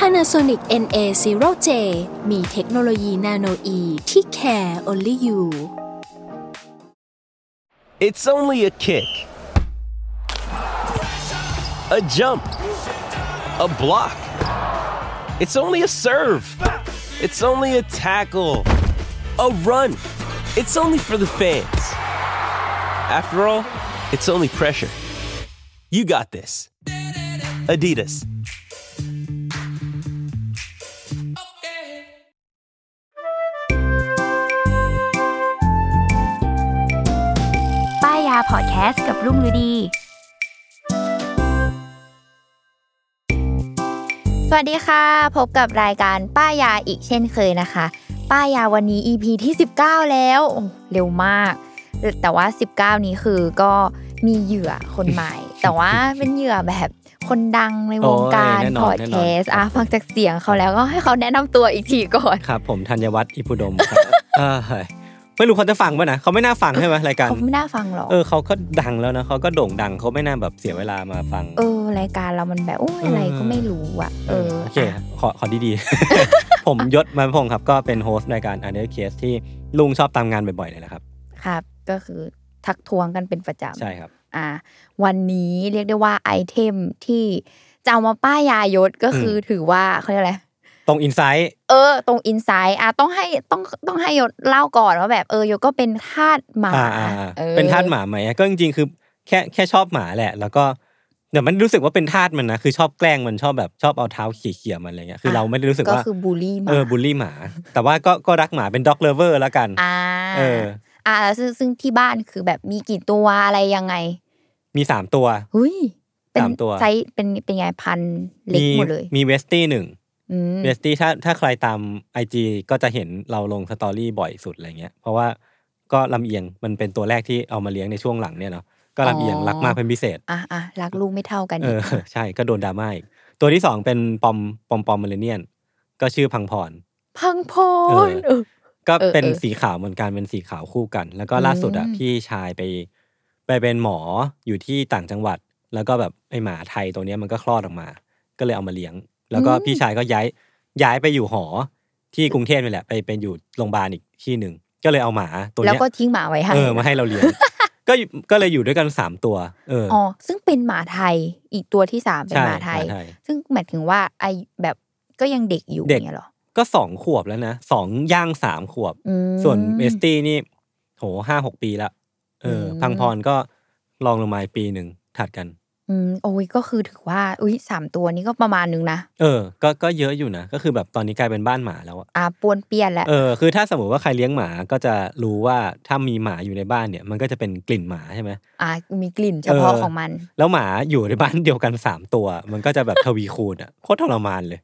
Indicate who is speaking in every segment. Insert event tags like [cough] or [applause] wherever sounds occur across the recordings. Speaker 1: Panasonic NA0J มีเทคโนโลยีนาโนอีที่ care only you
Speaker 2: It's only a kick, a jump, a block. It's only a serve. It's only a tackle, a run. It's only for the fans. After all, it's only pressure. You got this. Adidas.
Speaker 3: ป้ายยาพอดแคสต์กับรุ่งฤดี สวัสดีค่ะ พบกับรายการป้ายยาอีกเช่นเคยนะคะ ป้ายยาวันนี้ EP ที่ 19 แล้วโอ้เร็วมาก แต่ว่า 19 นี้คือก็มีเหยื่อคน
Speaker 4: [laughs]
Speaker 3: ใหม่ แต่ว่าเป็นเหยื่อแบบคนดังในวงการ
Speaker 4: โอ้ยแน่นอน
Speaker 3: พอดแคสต์
Speaker 4: แน่นอน
Speaker 3: อ่ะฟังจากเสียงเขาแล้วก็ให้เขาแนะนำตัวอีกทีก่อน
Speaker 4: ครับผมธัญวัฒน์อิพุดมครับ [laughs] เอ้ยไม่รู้เขาจะฟังป่ะนะเขาไม่น่าฟังใช่ไหมรายการ
Speaker 3: เขาไม่น่าฟังหรอก
Speaker 4: เออเขาก็ดังแล้วนะเขาก็โด่งดังเขาไม่น่าแบบเสียเวลามาฟัง
Speaker 3: เออ รายการเรามันแบบโอ้ย
Speaker 4: เอออ
Speaker 3: อะไรก็ไม่รู้อ่ะ เออ
Speaker 4: โอเค
Speaker 3: อ่ะ
Speaker 4: ขอขอดีๆ [laughs] ผมยศมาพงศ์ครับ ก็เป็นโฮสต์รายการ u n d e r c a s e ที่ลุงชอบตามงานบ่อยๆเลยแหละครับ
Speaker 3: ครับก็คือทักทวงกันเป็นประจำ
Speaker 4: ใช่ครับ
Speaker 3: อ่า วันนี้เรียกได้ว่าไอเทมที่จะเอามาป้ายยายศก็คืออถือว่าเขาเรียกอะไร
Speaker 4: ตรงอินไซต์
Speaker 3: เออ ตรงอินไซต์อ่ะต้องให้ต้องต้องให้ยศเล่าก่อนว่าแบบเออยศก็เป็นทาสหมา
Speaker 4: อ่าอ่าอ่า
Speaker 3: ออ
Speaker 4: เป็นทาสหมาไหมก็จริงๆ คือแค่แค่ชอบหมาแหละ แล้วก็แต่มันรู้สึกว่าเป็นทาสมันนะคือชอบแกล้งมันชอบแบบชอบเอาเท้าเขี่ยๆมันอะไรเงี้ยคือ
Speaker 3: อ่ะ
Speaker 4: เราไม่ได้รู้สึกว่า
Speaker 3: ก็คือบูลลี่หมา
Speaker 4: เออบูลลี่หมา แต่ว่าก็ก็รักหมาเป็นด็อกเลเวอร์แล้วกัน
Speaker 3: อ่า
Speaker 4: เออ
Speaker 3: อ่าซึ่งซึ่งที่บ้านคือแบบมีกี่ตัวอะไรยังไง
Speaker 4: มีสามตัว
Speaker 3: เฮ้ยเป็น
Speaker 4: สามตัว
Speaker 3: ไซส์เป็นเป็นไงพันเล็ก
Speaker 4: มี
Speaker 3: หมดเลย
Speaker 4: มีเวสตี้หนึ่ง
Speaker 3: อืม
Speaker 4: เวสตี้ถ้าถ้าใครตาม IG ก็จะเห็นเราลงสตอรี่บ่อยสุดอะไรเงี้ย เพราะว่าก็ลำเอียงมันเป็นตัวแรกที่เอามาเลี้ยงในช่วงหลังเนี่ยเนาะก็ลำเอียง
Speaker 3: อ๋อ
Speaker 4: รักมากเป็นพิเศษ
Speaker 3: อ่ะอ่ะรักลูกไม่เท่ากัน
Speaker 4: เอ
Speaker 3: อี
Speaker 4: อก ใช่ก็โดนดราม่าอีก ตัวที่สองเป็นปอมปอมปอมมิเลเนียน ก็ชื่อพังพร
Speaker 3: พังพ
Speaker 4: เอ
Speaker 3: ร
Speaker 4: อ
Speaker 3: เออ
Speaker 4: ก็
Speaker 3: เออ
Speaker 4: เป็น
Speaker 3: เออ
Speaker 4: สีขาวเหมือนกันเป็นสีขาวคู่กัน แล้วก็ล่าสุดอ่ะ
Speaker 3: อืม
Speaker 4: พี่ชายไป ไปเป็นหมออยู่ที่ต่างจังหวัด แล้วก็แบบไอหมาไทยตัวเนี้ยมันก็คลอดออกมา ก็เลยเอามาเลี้ยง แล้วก็พี่ชายก็ย้ายย้ายไปอยู่หอที่กรุงเทพนี่แหละไปเป็นอยู่โรงพยาบาลอีกที่หนึ่งก็เลยเอาหมาตัว
Speaker 3: แล้ว
Speaker 4: เนี้ย
Speaker 3: ก็ทิ้งหมาไว้ให้
Speaker 4: เออมาให้เราเลี้ยง ก็อยู่ก็เลยอยู่ด้วยกันสามตัว เออ
Speaker 3: อ๋อ ซึ่งเป็นหมาไทย อีกตัวที่สามเป็น
Speaker 4: ใช่
Speaker 3: หมาไทย
Speaker 4: หมาไทย
Speaker 3: ซึ่งหมายถึงว่าไอแบบก็ยังเด็กอยู่
Speaker 4: เด็ก
Speaker 3: เนี่ยเหรอ
Speaker 4: ก็สองขวบแล้วนะสองย่างสามขวบ
Speaker 3: อืม
Speaker 4: ส่วนเอสตี้นี่โหห้าหกปีละเอออ
Speaker 3: ม
Speaker 4: พังพรก็ลองลงมาอีกปีหนึ่งถัดกัน
Speaker 3: อืมโอ้ยก็คือถือว่า อุ้ยสามตัวนี้ก็ประมาณนึงนะ
Speaker 4: เออ ก็ก็เยอะอยู่นะ ก็คือแบบตอนนี้กลายเป็นบ้านหมาแล้วอะ
Speaker 3: อ่าปวนเปียนแล้ว
Speaker 4: เออคือถ้าสมมติว่าใครเลี้ยงหมาก็จะรู้ว่าถ้ามีหมาอยู่ในบ้านเนี่ย มันก็จะเป็นกลิ่นหมาใช่ไหม
Speaker 3: อ่ามีกลิ่นเฉพาะ
Speaker 4: เออ
Speaker 3: ของมัน
Speaker 4: แล้วหมาอยู่ในบ้านเดียวกันสามตัว มันก็จะแบบ [laughs] ทวีคูณอะโคตรทรมานเลย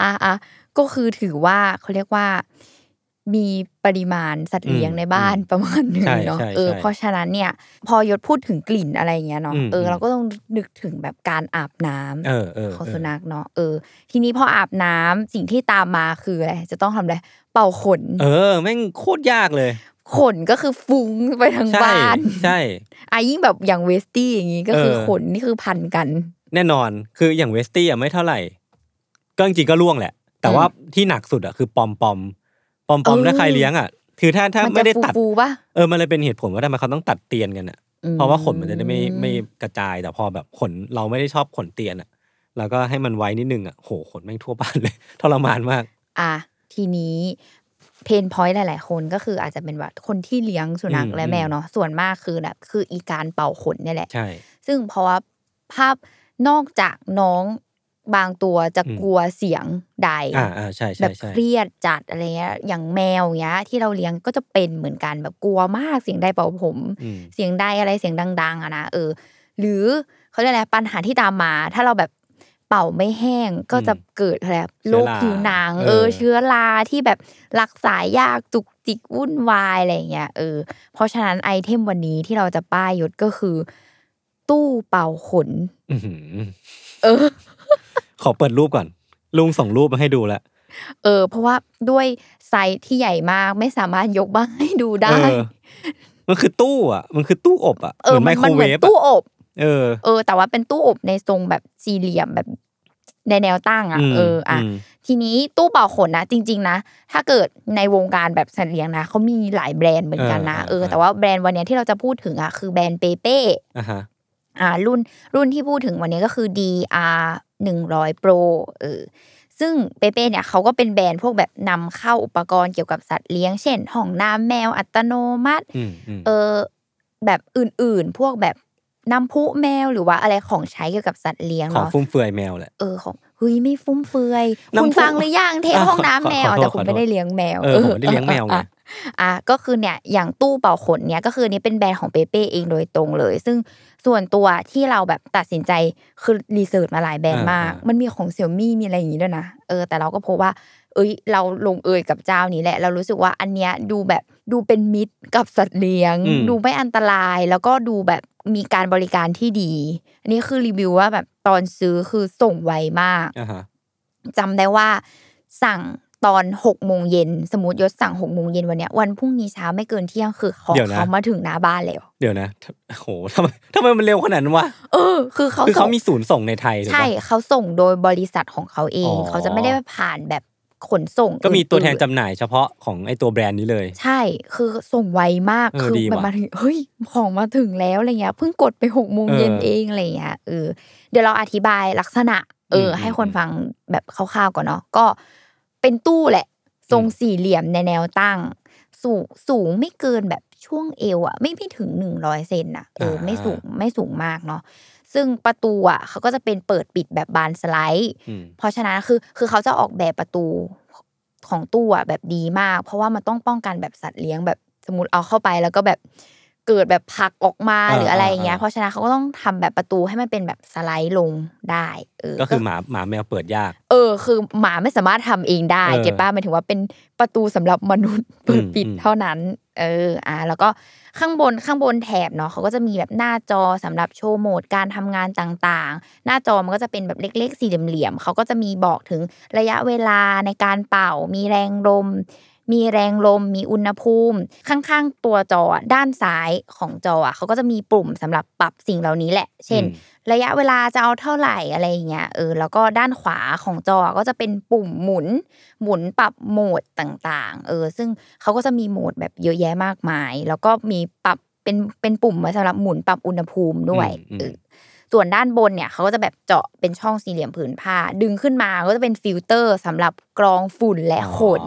Speaker 3: อ่าอ่ะก็คือถือว่าเขาเรียกว่ามีปริมาณสัตว์เลี้ยง
Speaker 4: อืม
Speaker 3: ในบ้านประมาณหนึ่ง
Speaker 4: ใช่
Speaker 3: เนาะ
Speaker 4: ใช่
Speaker 3: เออ
Speaker 4: ใช่
Speaker 3: เพราะฉะนั้นเนี่ย พอยศพูดถึงกลิ่นอะไรอย่างเงี้ยเนาะ
Speaker 4: อืม
Speaker 3: เอออ
Speaker 4: ม
Speaker 3: เราก็ต้องนึกถึงแบบการอาบน้ำ
Speaker 4: เออเออ
Speaker 3: ของ
Speaker 4: เออ
Speaker 3: สุนัขเนาะเออ ทีนี้พออาบน้ำสิ่งที่ตามมาคืออะไรจะต้องทำอะไรเป่าขน
Speaker 4: เออแม่งโคตรยากเลย
Speaker 3: ขนก็คือฟุ้งไปทั้ง
Speaker 4: ใช่
Speaker 3: บ้าน
Speaker 4: ใช่
Speaker 3: อ่ะยิ่งแบบอย่างเวสตี้อย่างงี้ก็คือ
Speaker 4: เออ
Speaker 3: ขนนี่คือพันกัน
Speaker 4: แน่นอนคืออย่างเวสตี้อะไม่เท่าไหร่ ก็จริงๆก็ล่วงแหละ แต่ว่าที่หนักสุดอะคือปอมปอมปอมปอม
Speaker 3: เออ
Speaker 4: ถ้าใครเลี้ยงอะคือถ้าถ้า
Speaker 3: มั
Speaker 4: ไม่
Speaker 3: จะ
Speaker 4: ได้
Speaker 3: ฟู
Speaker 4: ตัด
Speaker 3: ฟูๆป่ะ
Speaker 4: เออมันเลยเป็นเหตุผลว่าทำไมเขาต้องตัดเตียนกันอะ
Speaker 3: อื
Speaker 4: เพราะว่าขนมันจะได้ไม่ไม่กระจายแต่พอแบบขนเราไม่ได้ชอบขนเตียนอะแล้วก็ให้มันไว้นิดนึงอะโหขนแม่งทั่วบ้านเลย [laughs] ทรมานมาก
Speaker 3: อ่ะทีนี้เพนพอยต์หลาย ๆ คนก็คืออาจจะเป็นแบบคนที่เลี้ยงสุนัข
Speaker 4: อืม
Speaker 3: และแมว
Speaker 4: อืม
Speaker 3: เนาะส่วนมากคือแบบคืออีการเป่าขนเนี่ยแหละ
Speaker 4: ใช่
Speaker 3: ซึ่งเพราะว่าภาพนอกจากน้องบางตัวจะ
Speaker 4: อืม
Speaker 3: กลัวเสียงใด
Speaker 4: อ่าอ่าใช่
Speaker 3: แบ
Speaker 4: ใช่
Speaker 3: บ
Speaker 4: ใช่
Speaker 3: เครียดจัดอะไรเงี้ยอย่างแมวเงี้ย ที่เราเลี้ยงก็จะเป็นเหมือนกันแบบกลัวมากเสียงใดเป่าผม
Speaker 4: อืม
Speaker 3: เสียงใดอะไรเสียงดัง ๆอะนะเออ หรือเขาเรียกอะไรปัญหาที่ตามมา ถ้าเราแบบ เป่าไม่แห้งก็จะเกิดอะไรอะ
Speaker 4: เชื้
Speaker 3: โร
Speaker 4: อรา
Speaker 3: คผิวหนัง เอ
Speaker 4: เอ
Speaker 3: อ
Speaker 4: อ
Speaker 3: เชื้อราที่แบบรักษายากจุกจิกวุ่นวายอะไรอย่างเงี้ยเออ เพราะฉะนั้นไอเทมวันนี้ที่เราจะป้ายยศก็คือ ตู้เป่าขน
Speaker 4: อื้อหือ
Speaker 3: เออ
Speaker 4: ขอเปิดรูปก่อน ลุงส่งรูปมาให้ดูแล้ว
Speaker 3: เออ เพราะว่าด้วยไซส์ที่ใหญ่มากไม่สามารถยกบ้านให้ดูได้
Speaker 4: เออมันคือตู้อ่ะ มันคือตู้อบอ่ะ
Speaker 3: เอ
Speaker 4: เหมื
Speaker 3: อ
Speaker 4: อนไม
Speaker 3: มัน
Speaker 4: โค
Speaker 3: มั
Speaker 4: ร
Speaker 3: นเห
Speaker 4: เว
Speaker 3: มือน
Speaker 4: ฟ
Speaker 3: ตู้
Speaker 4: อะ
Speaker 3: อบ
Speaker 4: เออ
Speaker 3: เออ แต่ว่าเป็นตู้อบในทรงแบบสี่เหลี่ยมแบบในแนวตั้งอ่ะ
Speaker 4: ม
Speaker 3: เอออ่ะ
Speaker 4: ม
Speaker 3: ทีนี้ตู้เป่าขนนะจริง ๆ นะ ถ้าเกิดในวงการแบบสัตว์เลี้ยงนะเขามีหลายแบรนด์เหมือนกันนะเออแต่ว่าแบรนด์วันเนี้ยที่เราจะพูดถึงอ่ะคือแบรนด์เปเป้
Speaker 4: อ่ะฮะ
Speaker 3: อ่ารุ่นรุ่นที่พูดถึงวันนี้ก็คือ DR 100 Pro เออซึ่งเปเป้เนี่ยเขาก็เป็นแบรนด์พวกแบบนำเข้าอุปกรณ์เกี่ยวกับสัตว์เลี้ยง เช่นห้องน้ำแมวอัตโนมัติ
Speaker 4: อืมอืม
Speaker 3: เออแบบอื่นๆ พวกแบบน้ำพุแมวหรือว่าอะไรของใช้เกี่ยวกับสัตว์เลี้ยง
Speaker 4: ของ
Speaker 3: เนาะ
Speaker 4: ฟุ่มเฟือยแมวแหละ
Speaker 3: เออของเฮ้ยไม่ฟุ่มเฟือย
Speaker 4: น้ำ
Speaker 3: คุณ
Speaker 4: ฟุ่ม
Speaker 3: ฟังหรือยังเทป
Speaker 4: อ่ะ
Speaker 3: ห้องน้ำแมว
Speaker 4: ขอโทษ
Speaker 3: แต่คุณ
Speaker 4: ขอโทษ
Speaker 3: ไม่ได้เลี้ยงแมว
Speaker 4: เออผมไม่ได้เลี้ยงแมวไง
Speaker 3: อ่ะอ่ะก็คือเนี่ยอย่างตู้เป่าขนเนี่ยก็คือนี่เป็นแบรนด์ของเปเป้เองโดยตรงเลย ซึ่งส่วนตัวที่เราแบบตัดสินใจคือรีเสิร์ชมาหลายแบรนด์มาก มันมีของเสี่ยมี่มีอะไรอย่างนี้ด้วยนะเออแต่เราก็พบว่า เอ้ยเราลงเอยกับเจ้านี้แหละ เรารู้สึกว่าอันเนี้ยดูแบบดูเป็นมิตรกับสัตว์เลี้ยง
Speaker 4: อืม
Speaker 3: ดูไม่อันตรายแล้วก็ดูแบบมีการบริการที่ดี อันนี้คือรีวิวว่าแบบตอนซื้อคือส่งไวมาก
Speaker 4: อ่ะฮะ
Speaker 3: จำได้ว่าสั่งตอนหกโมงเย็นสมมติยศสั่งหกโมงเย็นวันเนี้ยวันพรุ่งนี้เช้าไม่เกินเที่ยงคือของ
Speaker 4: เดี๋ยวนะ
Speaker 3: เขามาถึงหน้าบ้านแล้ว
Speaker 4: เดี๋ยวนะโอ้โหทำไม [laughs] ทำไมมันเร็วขนาดนั้นวะ
Speaker 3: เออ คือเขา
Speaker 4: คือเขา
Speaker 3: ส่ง
Speaker 4: มีศูนย์ส่งในไทยถูกปะ
Speaker 3: ใช่เขาส่งโดยบริษัทของเขาเอง
Speaker 4: อ๋อ
Speaker 3: เขาจะไม่ได้ผ่านแบบขนส่ง
Speaker 4: ก็มีตัวแทน
Speaker 3: อื่ๆ
Speaker 4: จำหน่ายเฉพาะของไอตัวแบรนด์นี้เลย
Speaker 3: ใช่ คือส่งไวมาก
Speaker 4: เออ
Speaker 3: คือ
Speaker 4: ดี
Speaker 3: แบบ
Speaker 4: ว่ะ
Speaker 3: มาถึง เฮ้ย ของมาถึงแล้วอะไรเงี้ย เพิ่งกดไปหกโมงเย็น
Speaker 4: เออ
Speaker 3: เองอะไรเงี้ย เออ เดี๋ยวเราอธิบายลักษณะ เอออ
Speaker 4: ม
Speaker 3: ให้คน
Speaker 4: อืม
Speaker 3: ฟังแบบคร่าวๆก่อนเนาะ ก็เป็นตู้แหละ ทรง
Speaker 4: อืม
Speaker 3: สี่เหลี่ยมในแนวตั้ง สูงสูงไม่เกินแบบช่วงเอวอะไม่ไม่ถึงหนึ่งร้อยเซนอะเออ ไม่สูงไม่สูงมากเนาะ ซึ่งประตูอะเขาก็จะเป็นเปิดปิดแบบบานสไลด์
Speaker 4: อืม
Speaker 3: เพราะฉะนั้นคือคือเขาจะออกแบบประตูของตู้อะแบบดีมาก เพราะว่ามันต้องป้องกันแบบสัตว์เลี้ยงแบบสมมติเอาเข้าไปแล้วก็แบบเกิดแบบผลักออกมา
Speaker 4: อ่า
Speaker 3: หรืออะไรอย่างเงี้ย
Speaker 4: อ่า
Speaker 3: เพราะฉะนั้นเขาก็ต้องทำแบบประตูให้มันเป็นแบบสไลด์ลงได้เออ
Speaker 4: ก็คือหมาหมาแมวเปิดยาก
Speaker 3: เออ คือหมาไม่สามารถทำเองได้
Speaker 4: เออ
Speaker 3: เก็ตป้าหมายถึงว่าเป็นประตูสำหรับมนุ
Speaker 4: [laughs]
Speaker 3: ษย์เปิดปิด
Speaker 4: อืม
Speaker 3: เท่านั้น เอออ่ะแล้วก็ข้างบนข้างบนแถบเนาะเขาก็จะมีแบบหน้าจอสำหรับโชว์โหมดการทำงานต่างๆ หน้าจอมันก็จะเป็นแบบเล็กๆ สี่เหลี่ยมๆเขาก็จะมีบอกถึงระยะเวลาในการเป่า มีแรงลม มีแรงลม มีอุณหภูมิ ข้างๆ ตัวจอด้านซ้ายของจออะเขาก็จะมีปุ่มสำหรับปรับสิ่งเหล่านี้แหละ เช่น
Speaker 4: อืม
Speaker 3: ระยะเวลาจะเอาเท่าไหร่อะไรอย่างเงี้ย เออ แล้วก็ด้านขวาของจอก็จะเป็นปุ่มหมุน หมุนปรับโหมดต่างๆ เออ ซึ่งเขาก็จะมีโหมดแบบเยอะแยะมากมาย แล้วก็มีปรับเป็นเป็นปุ่มไว้สำหรับหมุนปรับอุณหภูมิด้วย
Speaker 4: อืมอืม
Speaker 3: เออ ส่วนด้านบนเนี่ยเขาก็จะแบบเจาะเป็นช่องสี่เหลี่ยมผืนผ้า ดึงขึ้นมาก็จะเป็นฟิลเตอร์สำหรับกรองฝุ่นและขน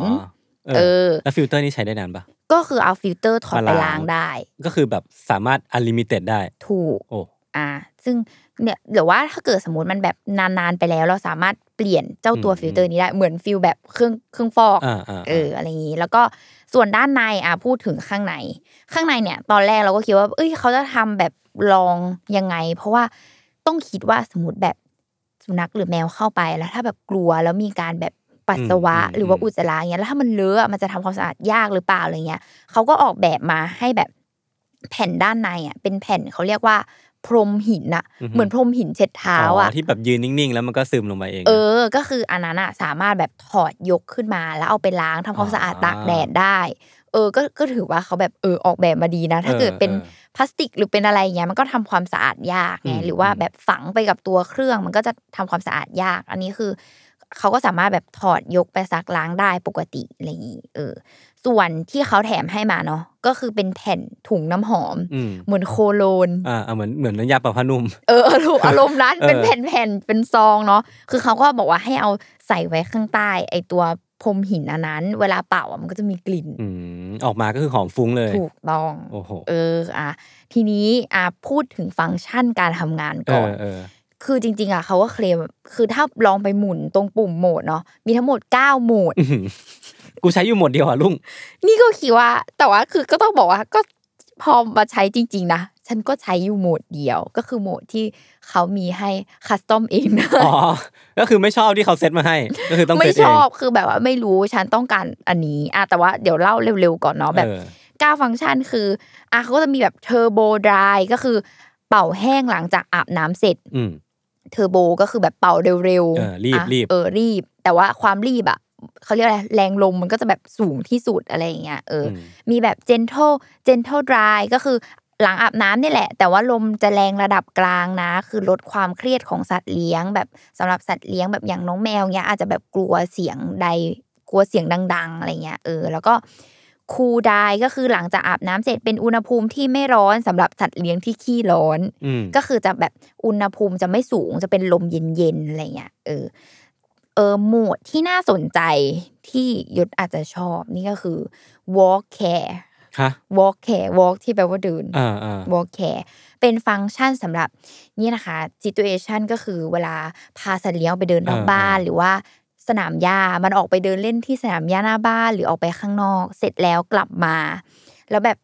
Speaker 4: อ๋อเอ
Speaker 3: เอ
Speaker 4: อ
Speaker 3: อ
Speaker 4: แล้วฟิลเตอร์นี่ใช้ได้นานปะ
Speaker 3: ก็คือเอาฟิลเตอร์ถอดไป
Speaker 4: มาล้าง
Speaker 3: ล้างได้
Speaker 4: ก็คือแบบสามารถอ n l ลิมิเต็ดได้
Speaker 3: ถูก
Speaker 4: โอ้
Speaker 3: อ่า ซึ่งเนี่ยหรือว่าถ้าเกิดสมมติมันแบบนานๆไปแล้ว เราสามารถเปลี่ยนเจ้าตัว
Speaker 4: อืม
Speaker 3: ฟิลเตอร์นี้ได้เหมือนฟิลแบบเครื่องเครื่องฟอก
Speaker 4: อ่าอ่า
Speaker 3: เอออะไรอย่างนี้แล้วก็ส่วนด้านในอ่ะพูดถึงข้างใน ข้างในเนี่ย ตอนแรกเราก็คิดว่า เอ้ยเขาจะทำแบบลองยังไง เพราะว่าต้องคิดว่าสมมติแบบสุนัขหรือแมวเข้าไปแล้ว ถ้าแบบกลัวแล้วมีการแบบปัสสาวะ หรือว่าอุจจาระเงี้ยแล้วถ้ามันเลอะมันจะทำความสะอาดยากหรือเปล่าอะไรเงี้ยเขาก็ออกแบบมาให้แบบแผ่นด้านในอ่ะเป็นแผ่นเขาเรียกว่า พรมหินอ่ะ เหมือนพรมหินเช็ดเท้าอ่ะ
Speaker 4: ที่แบบยืนนิ่ง ๆ แล้วมันก็ซึมลงไปเอง
Speaker 3: เออ ก็คืออันนั้นอะสามารถแบบถอดยกขึ้นมา แล้วเอาไปล้างทำความสะอาด
Speaker 4: อ่า
Speaker 3: ตากแดดได้ เออ ก็ก็ถือว่าเขาแบบเออออกแบบมาดีนะ ถ้าเกิดเป็น
Speaker 4: ออ
Speaker 3: พลาสติกหรือเป็นอะไรอย่างเงี้ยมันก็ทำความสะอาดยากไง
Speaker 4: อืม
Speaker 3: หรือว่า
Speaker 4: อืม
Speaker 3: แบบฝังไปกับตัวเครื่อง มันก็จะทำความสะอาดยาก อันนี้คือเขาก็สามารถแบบถอดยกไปซักล้างได้ปกติอะไรอย่างงี้เออ ส่วนที่เขาแถมให้มาเนาะก็คือเป็นแผ่นถุงน้ำหอม
Speaker 4: อืม
Speaker 3: เหมือนโคโลน
Speaker 4: อ่าอ่าเหมือนเหมือนน้ำยาปะผ้านุ่ม
Speaker 3: เอ [laughs] อถูกอารมณ์นั้น
Speaker 4: เออ
Speaker 3: เป็นแผ่นๆเป็นซองเนาะคือเขาก็บอกว่าให้เอาใส่ไว้ข้างใต้ ไอตัวพรมหินอันนั้น เวลาเป่าอะมันก็จะมีกลิ่น
Speaker 4: อืมออกมาก็คือหอมฟุ้งเลย
Speaker 3: ถูกต้อง
Speaker 4: โอ้โห
Speaker 3: เอออ่ะทีนี้อ่ะพูดถึงฟังก์ชันการทำงาน
Speaker 4: เอ
Speaker 3: ก่อ
Speaker 4: อน เออ
Speaker 3: คือจริง ๆอ่ะเขาก็เคลมคือถ้าลองไปหมุนตรงปุ่มโหมดเนาะมีทั้งหมด 9 โหมด
Speaker 4: อื้อหือ [laughs] กูใช้อยู่หมดเดียวอ่ะลุง
Speaker 3: นี่ก็คิดว่า แต่ว่าคือก็ต้องบอกว่าก็พอมาใช้จริง ๆ นะ ฉันก็ใช้อยู่โหมดเดียว ก็คือโหมดที่เขามีให้คัสตอมเองนะ
Speaker 4: อ๋อ ก็คือไม่ชอบที่เขาเซตมาให้ ก็คือต้อง
Speaker 3: ไม่
Speaker 4: เซตเอ
Speaker 3: ช
Speaker 4: ง
Speaker 3: อบคือแบบว่าไม่รู้ฉันต้องการอันนี้อ่ะแต่ว่าเดี๋ยวเล่าเร็วๆก่อนเนาะแบบ
Speaker 4: เออ
Speaker 3: เก้าฟังก์ชันคืออ่ะเขาก็จะมีแบบเทอร์โบดรายก็คือเป่าแห้งหลังจากอาบน้ำเสร็จ
Speaker 4: อืม
Speaker 3: เทอร์โบก็คือแบบเป่าเร็ว
Speaker 4: เออรีบ
Speaker 3: ะ
Speaker 4: รีบ
Speaker 3: เออรีบ แต่ว่าความรีบอ่ะเขาเรียกอะไรแรงลมมันก็จะแบบสูงที่สุดอะไรอย่างเงี้ยเอออ
Speaker 4: ม
Speaker 3: มีแบบ gentle gentle dry ก็คือหลังอาบน้ำนี่แหละ แต่ว่าลมจะแรงระดับกลางนะ คือลดความเครียดของสัตว์เลี้ยง แบบสำหรับสัตว์เลี้ยงแบบอย่างน้องแมวเนี้ยอาจจะแบบกลัวเสียงใดกลัวเสียงดัง ๆอะไรเงี้ยเออ แล้วก็คูลดายก็คือหลังจากอาบน้ำเสร็จเป็นอุณหภูมิที่ไม่ร้อนสำหรับสัตว์เลี้ยงที่ขี้ร้อน
Speaker 4: อืม
Speaker 3: ก็คือจะแบบอุณหภูมิจะไม่สูงจะเป็นลมเย็นๆอะไรเงี้ยเออเออหมวดที่น่าสนใจที่ยศอาจจะชอบ นี่ก็คือ walk care
Speaker 4: ฮะ
Speaker 3: walk care walk ที่แปลว่าเดิน
Speaker 4: อ่าอ่า
Speaker 3: walk care เป็นฟังก์ชันสำหรับนี่นะคะ situation ก็คือเวลาพาสัตว์เลี้ยงไปเดินนอก
Speaker 4: อ่า
Speaker 3: บ้าน
Speaker 4: อ่า
Speaker 3: หรือว่าสนามหญ้ามันออกไปเดินเล่นที่สนามหญ้าหน้าบ้านหรือออกไปข้างนอก เสร็จแล้วกลับมา แล้วแบบ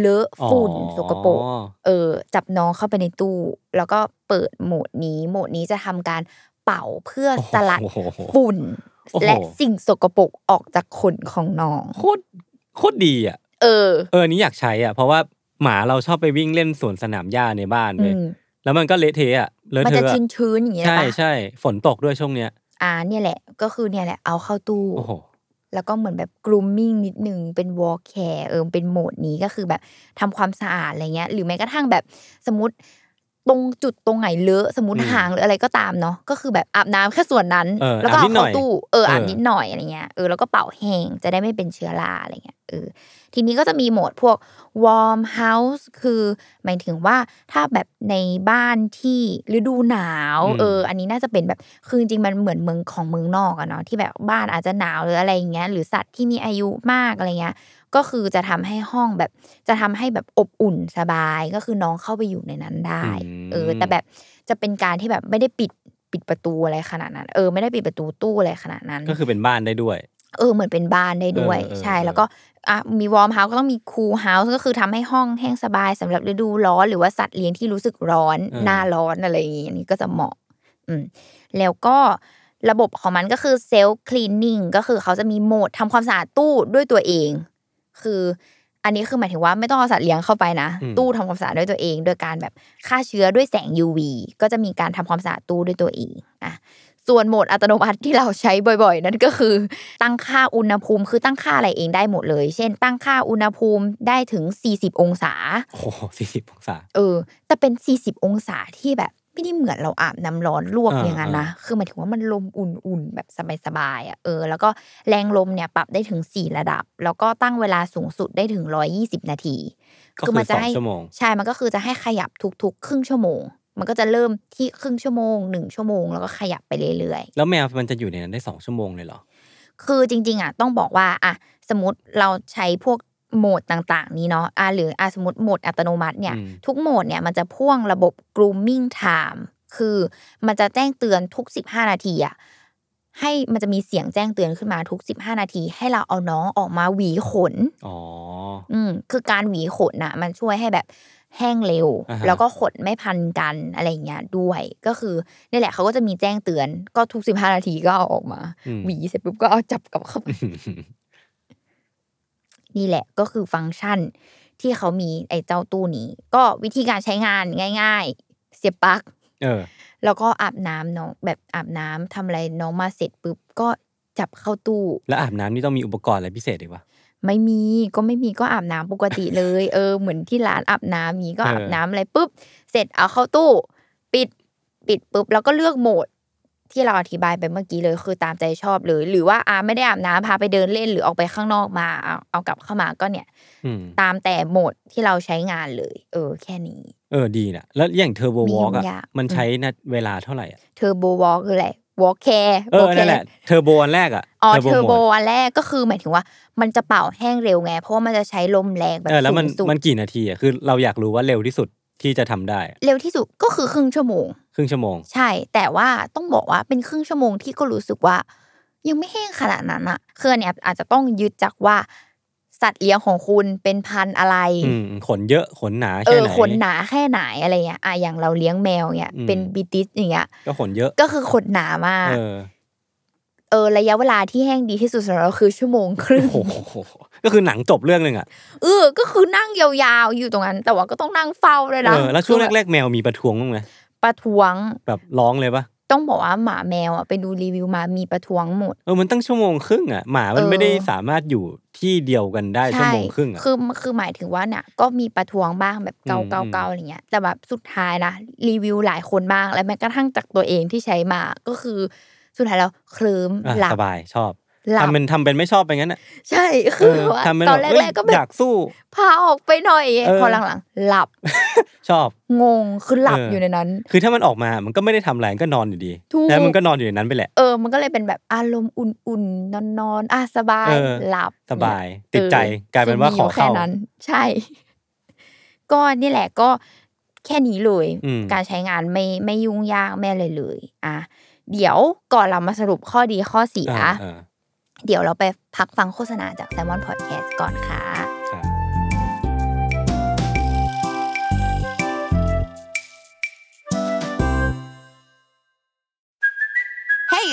Speaker 3: เลอะฝุ่น
Speaker 4: อ๋อ
Speaker 3: สกปรก เออจับน้องเข้าไปในตู้ แล้วก็เปิดโหมดนี้โหมดนี้จะทำการเป่าเพื่อสลัด
Speaker 4: โอ้โห
Speaker 3: ฝุ่น
Speaker 4: โอ้โห
Speaker 3: และสิ่งสกปรกออกจากขนของน้อง
Speaker 4: โคตรโคตรดีอ่ะ
Speaker 3: เออ
Speaker 4: เอออันนี้อยากใช้อ่ะ เพราะว่าหมาเราชอบไปวิ่งเล่นสวนสนามหญ้าในบ้าน
Speaker 3: อื
Speaker 4: เลย
Speaker 3: ม
Speaker 4: แล้วมันก็เละเทะอ่ะเลอะ
Speaker 3: มัน
Speaker 4: เท
Speaker 3: จะ
Speaker 4: อะ
Speaker 3: ชื้นๆอย่างเงี้ย
Speaker 4: ใช่
Speaker 3: ปะ
Speaker 4: ใช่ฝนตกด้วยช่วงเนี้ย
Speaker 3: อ่าเนี่ยแหละ ก็คือเนี่ยแหละเอาเข้าตู้
Speaker 4: โอ้โห
Speaker 3: แล้วก็เหมือนแบบ grooming นิดนึงเป็น wall care เออเป็นโหมดนี้ก็คือแบบทำความสะอาดอะไรเงี้ย หรือแม้กระทั่งแบบสมมติตรงจุดตรงไหนเลอะสมมติ
Speaker 4: อืม
Speaker 3: หางหรืออะไรก็ตามเนาะก็คือแบบอาบน้ำแค่ส่วนนั้น
Speaker 4: เออ
Speaker 3: แล้วก็
Speaker 4: อาบนิ
Speaker 3: เอา
Speaker 4: ดหน่
Speaker 3: เข้า
Speaker 4: อย
Speaker 3: ตู้เออ
Speaker 4: เอออ
Speaker 3: อาบนิดหน่อยอะไรเงี้ยเออแล้วก็เป่าแห้งจะได้ไม่เป็นเชื้อราอะไรเงี้ยเออทีนี้ก็จะมีโหมดพวก warm house คือหมายถึงว่าถ้าแบบในบ้านที่ฤดูหนาว
Speaker 4: อืม
Speaker 3: เออ อันนี้น่าจะเป็นแบบคือจริงๆมันเหมือนเมืองของเมืองนอกอะเนาะที่แบบบ้านอาจจะหนาวหรืออะไรอย่างเงี้ยหรือสัตว์ที่มีอายุมากอะไรเงี้ย ก็คือจะทำให้ห้องแบบจะทำให้แบบอบอุ่นสบายก็คือน้องเข้าไปอยู่ในนั้นได้
Speaker 4: อืม
Speaker 3: เออ แต่แบบจะเป็นการที่แบบไม่ได้ปิดปิดประตูอะไรขนาดนั้น เออไม่ได้ปิดประตูตู้อะไรขนาดนั้น
Speaker 4: ก็คือเป็นบ้านได้ด้วย
Speaker 3: เออเหมือนเป็นบ้านได้ด้วย
Speaker 4: เออเออ
Speaker 3: ใช่
Speaker 4: เออ
Speaker 3: แล้วก็อ่ะมีวอร์มเฮาส์ก็ต้องมีคูลเฮาส์ก็คือทำให้ห้องแห้งสบายสำหรับฤดูร้อน หรือว่าสัตว์เลี้ยงที่รู้สึกร้อน หน้าร้อนอะไรอย่างงี้อันนี้ก็จะเหมาะ อืมแล้วก็ระบบของมันก็คือเซลฟ์คลีนนิ่งก็คือเขาจะมีโหมดทำความสะอาดตู้ด้วยตัวเอง คือ อันนี้คือหมายถึงว่าไม่ต้องเอาสัตว์เลี้ยงเข้าไปนะ
Speaker 4: อืม
Speaker 3: ตู้ทำความสะอาดด้วยตัวเอง โดยการแบบฆ่าเชื้อด้วยแสง UV ก็จะมีการทำความสะอาดตู้ด้วยตัวเองอ่ะ ส่วนโหมดอัตโนมัติที่เราใช้บ่อยๆ นั่นก็คือ ตั้งค่าอุณหภูมิคือตั้งค่าอะไรเองได้หมดเลย เช่น ตั้งค่าอุณหภูมิได้ถึง 40 องศา
Speaker 4: โอ้โหสี่สิบองศา
Speaker 3: เออ แต่เป็น 40 องศาที่แบบไม่ได้เหมือนเราอาบน้ำร้อนลวก
Speaker 4: อ่า
Speaker 3: อย่างนั้นนะ คือหมายถึงว่ามันลมอุ่นๆ แบบสบายๆอ่ะ เออ แล้วก็แรงลมเนี่ยปรับได้ถึง 4 ระดับ แล้วก็ตั้งเวลาสูงสุดได้ถึง 120 นาที
Speaker 4: ก็คือ
Speaker 3: มัจะ
Speaker 4: สอง
Speaker 3: ให้
Speaker 4: ชั่วโมง
Speaker 3: ใช่ มันก็คือจะให้ขยับทุกๆ ครึ่งชั่วโมง มันก็จะเริ่มที่ครึ่งชั่วโมงหนึ่งชั่วโมงแล้วก็ขยับไปเรื่อยๆ
Speaker 4: แล้วแมวมันจะอยู่ในนั้นได้สองชั่วโมงเลยเหรอ
Speaker 3: คือจริงๆอ่ะต้องบอกว่าอ่ะสมมติเราใช้พวกโหมดต่างๆ นี้เนาะอ่ะหรืออ่ะสมมติโหมดอัตโนมัติเนี่ย
Speaker 4: อืม
Speaker 3: ทุกโหมดเนี่ยมันจะพ่วงระบบ grooming time คือมันจะแจ้งเตือนทุก 15 นาทีอ่ะให้มันจะมีเสียงแจ้งเตือนขึ้นมาทุก 15 นาที ให้เราเอาน้องออกมาหวีขน
Speaker 4: อ๋อ
Speaker 3: อืมคือการหวีขนน่ะ มันช่วยให้แบบแห้งเร็ว
Speaker 4: อ่าฮะ
Speaker 3: แล้วก็ขนไม่พันกันอะไรอย่างเงี้ยด้วยก็คือนี่แหละเขาก็จะมีแจ้งเตือนก็ทุก 15 นาทีก็เอาออกมา
Speaker 4: อืม
Speaker 3: หวีเสร็จปุ๊บก็เอาจับกลับ
Speaker 4: [laughs]
Speaker 3: เข้าไป นี่แหละก็คือฟังก์ชันที่เขามีไอ้เจ้าตู้นี้ ก็วิธีการใช้งานง่าย ๆ เสียบปลั๊ก
Speaker 4: เออ
Speaker 3: แล้วก็อาบน้ำน้องแบบอาบน้ำทำอะไรน้องมาเสร็จปุ๊บก็จับเข้าตู้
Speaker 4: แล้วอาบน้ำนี่ต้องมีอุปกรณ์อะไรพิเศษดีวะ
Speaker 3: ไม่มีก็ไม่มีก็อาบน้ำปกติเลย เออ เหมือนที่ร้านอาบน้ำนี้ก็
Speaker 4: เอออ
Speaker 3: อาบน้ำอะไรปุ๊บเสร็จเอาเข้าตู้ ปิดปิดปุ๊บแล้วก็เลือกโหมด ที่เราอธิบายไปเมื่อกี้เลยคือตามใจชอบเลย หรือว่าอาไม่ได้อาบน้ำพาไปเดินเล่นหรือออกไปข้างนอกมาเอาเอากลับเข้ามาก็เนี่ย
Speaker 4: อืม
Speaker 3: ตามแต่โหมดที่เราใช้งานเลย เออ แค่นี้
Speaker 4: เออดีนะแล้วอย่างเทอร์โบ
Speaker 3: มี
Speaker 4: วอล์ก
Speaker 3: ยุ่งยา
Speaker 4: อ่ะ
Speaker 3: ก
Speaker 4: มันใช้นะเวลาเท่าไหร่อะ
Speaker 3: เทอร์โบวอลคืออะไรวอลแคร์
Speaker 4: เออนั่นแหละเทอร์โบอันแรกอ่ะ
Speaker 3: อ๋อเทอร์โบ
Speaker 4: หมด
Speaker 3: อันแรกก็คือหมายถึงว่า มันจะเป่าแห้งเร็วไง เพราะว่ามันจะใช้ลมแรงแบบ
Speaker 4: เออแล้วมัน
Speaker 3: สูง
Speaker 4: มัน
Speaker 3: ๆ
Speaker 4: กี่นาทีอ่ะคือเราอยากรู้ว่าเร็วที่สุดที่จะทำได้อะ
Speaker 3: เร็วที่สุดก็คือครึ่งชั่วโมง
Speaker 4: ครึ่งชั่วโมง
Speaker 3: ใช่ แต่ว่าต้องบอกว่าเป็นครึ่งชั่วโมงที่ก็รู้สึกว่า ยังไม่แห้งขนาดนั้นอะคืออันเนี้ยอาจจะต้องยึดจากว่า สัตว์เลี้ยงของคุณเป็นพันธุ์อะไร
Speaker 4: อืมขนเยอะขนหนา
Speaker 3: เอ
Speaker 4: แค่
Speaker 3: อ
Speaker 4: ไหน
Speaker 3: ขนหนาแค่ไหนอะไรเงี้ยอ่ะอย่างเราเลี้ยงแมวเนี่ย
Speaker 4: อืม
Speaker 3: เป็นบิติสอย่างเงี้ย
Speaker 4: ก็ขนเยอะ
Speaker 3: ก็คือขนหนามาก
Speaker 4: เออ
Speaker 3: เออระยะเวลาที่แห้งดีที่สุดสำหรับเราคือชั่วโมงครึ่ง
Speaker 4: โอ้โห [laughs] ก็คือหนังจบเรื่องหนึ่งอ่ะ
Speaker 3: เออก็คือนั่งยาวๆอยู่ตรงนั้น แต่ว่าก็ต้องนั่งเฝ้าเลย
Speaker 4: เอ
Speaker 3: นะ
Speaker 4: อแล้วช่วง
Speaker 3: คือบบ
Speaker 4: แรกๆแมวมีประท้วงบ้างไหม
Speaker 3: ประท้วง
Speaker 4: แบบร้องเลยปะ
Speaker 3: ต้องบอกว่าหมาแมวอ่ะไปดูรีวิวมามีประท้วงหมด
Speaker 4: เออมันตั้งชั่วโมงครึ่งอ่ะหมามัน
Speaker 3: เออ
Speaker 4: ไม่ได้สามารถอยู่ที่เดียวกันได้ชั่วโมงครึ่งอ่ะ
Speaker 3: คือคือหมายถึงว่าเนี่ยก็มีประท้วงบ้างแบบเกา
Speaker 4: อืม
Speaker 3: เกา
Speaker 4: อืม
Speaker 3: เกาอะไรเงี้ย แต่แบบสุดท้ายนะรีวิวหลายคนมากและแม้กระทั่งจากตัวเองที่ใช้มาก็คือสุดท้ายแล้วเคลิ้ม
Speaker 4: อ่ะ
Speaker 3: หลับ
Speaker 4: สบายชอบ
Speaker 3: หลับ
Speaker 4: ทำเป็นทำเป็นไม่ชอบไปงั้นอ่ะ
Speaker 3: ใช่
Speaker 4: เอ
Speaker 3: คือ
Speaker 4: อ
Speaker 3: ว่า
Speaker 4: ทำเป็น
Speaker 3: ต
Speaker 4: แบ
Speaker 3: อน
Speaker 4: บ
Speaker 3: แร
Speaker 4: เฮ้ย
Speaker 3: กๆก็แบ
Speaker 4: อยา
Speaker 3: บ
Speaker 4: กสู้
Speaker 3: พาออกไปหน่อย
Speaker 4: เออ
Speaker 3: พอหลังๆ หลับ
Speaker 4: ชอบ
Speaker 3: งงคือหลับ
Speaker 4: เออ
Speaker 3: อ
Speaker 4: อ
Speaker 3: ยู่ในนั้น
Speaker 4: คือถ้ามันออกมามันก็ไม่ได้ทำอะไรก็นอนอยู่ดี
Speaker 3: ถูก
Speaker 4: แล้วมันก็นอนอยู่ในนั้นไปแหละ
Speaker 3: เออ มันก็เลยเป็นแบบอารมณ์อุ่นๆนอนๆอ่ะสบาย
Speaker 4: เออ
Speaker 3: หลับ
Speaker 4: สบาย
Speaker 3: เนี่ย
Speaker 4: ติดใจ
Speaker 3: ออก
Speaker 4: ลายเป็นว่า
Speaker 3: คื
Speaker 4: ขอ
Speaker 3: มียู่แค่
Speaker 4: เข้า
Speaker 3: นั้น ใช่ [laughs] ก็นี่แหละก็แค่นี้เลย
Speaker 4: อืม
Speaker 3: การใช้งานไม่ไม่ยุ่งยากแม่เลยเลย อ่ะเดี๋ยวก่อนเรามาสรุปข้อดีข้อเสีย
Speaker 4: อ่าอ่า
Speaker 3: เดี๋ยวเราไปพักฟังโฆษณาจากแซมมอนพอดแคสต์ก่อนค่ะ
Speaker 4: ครับ
Speaker 5: Hey,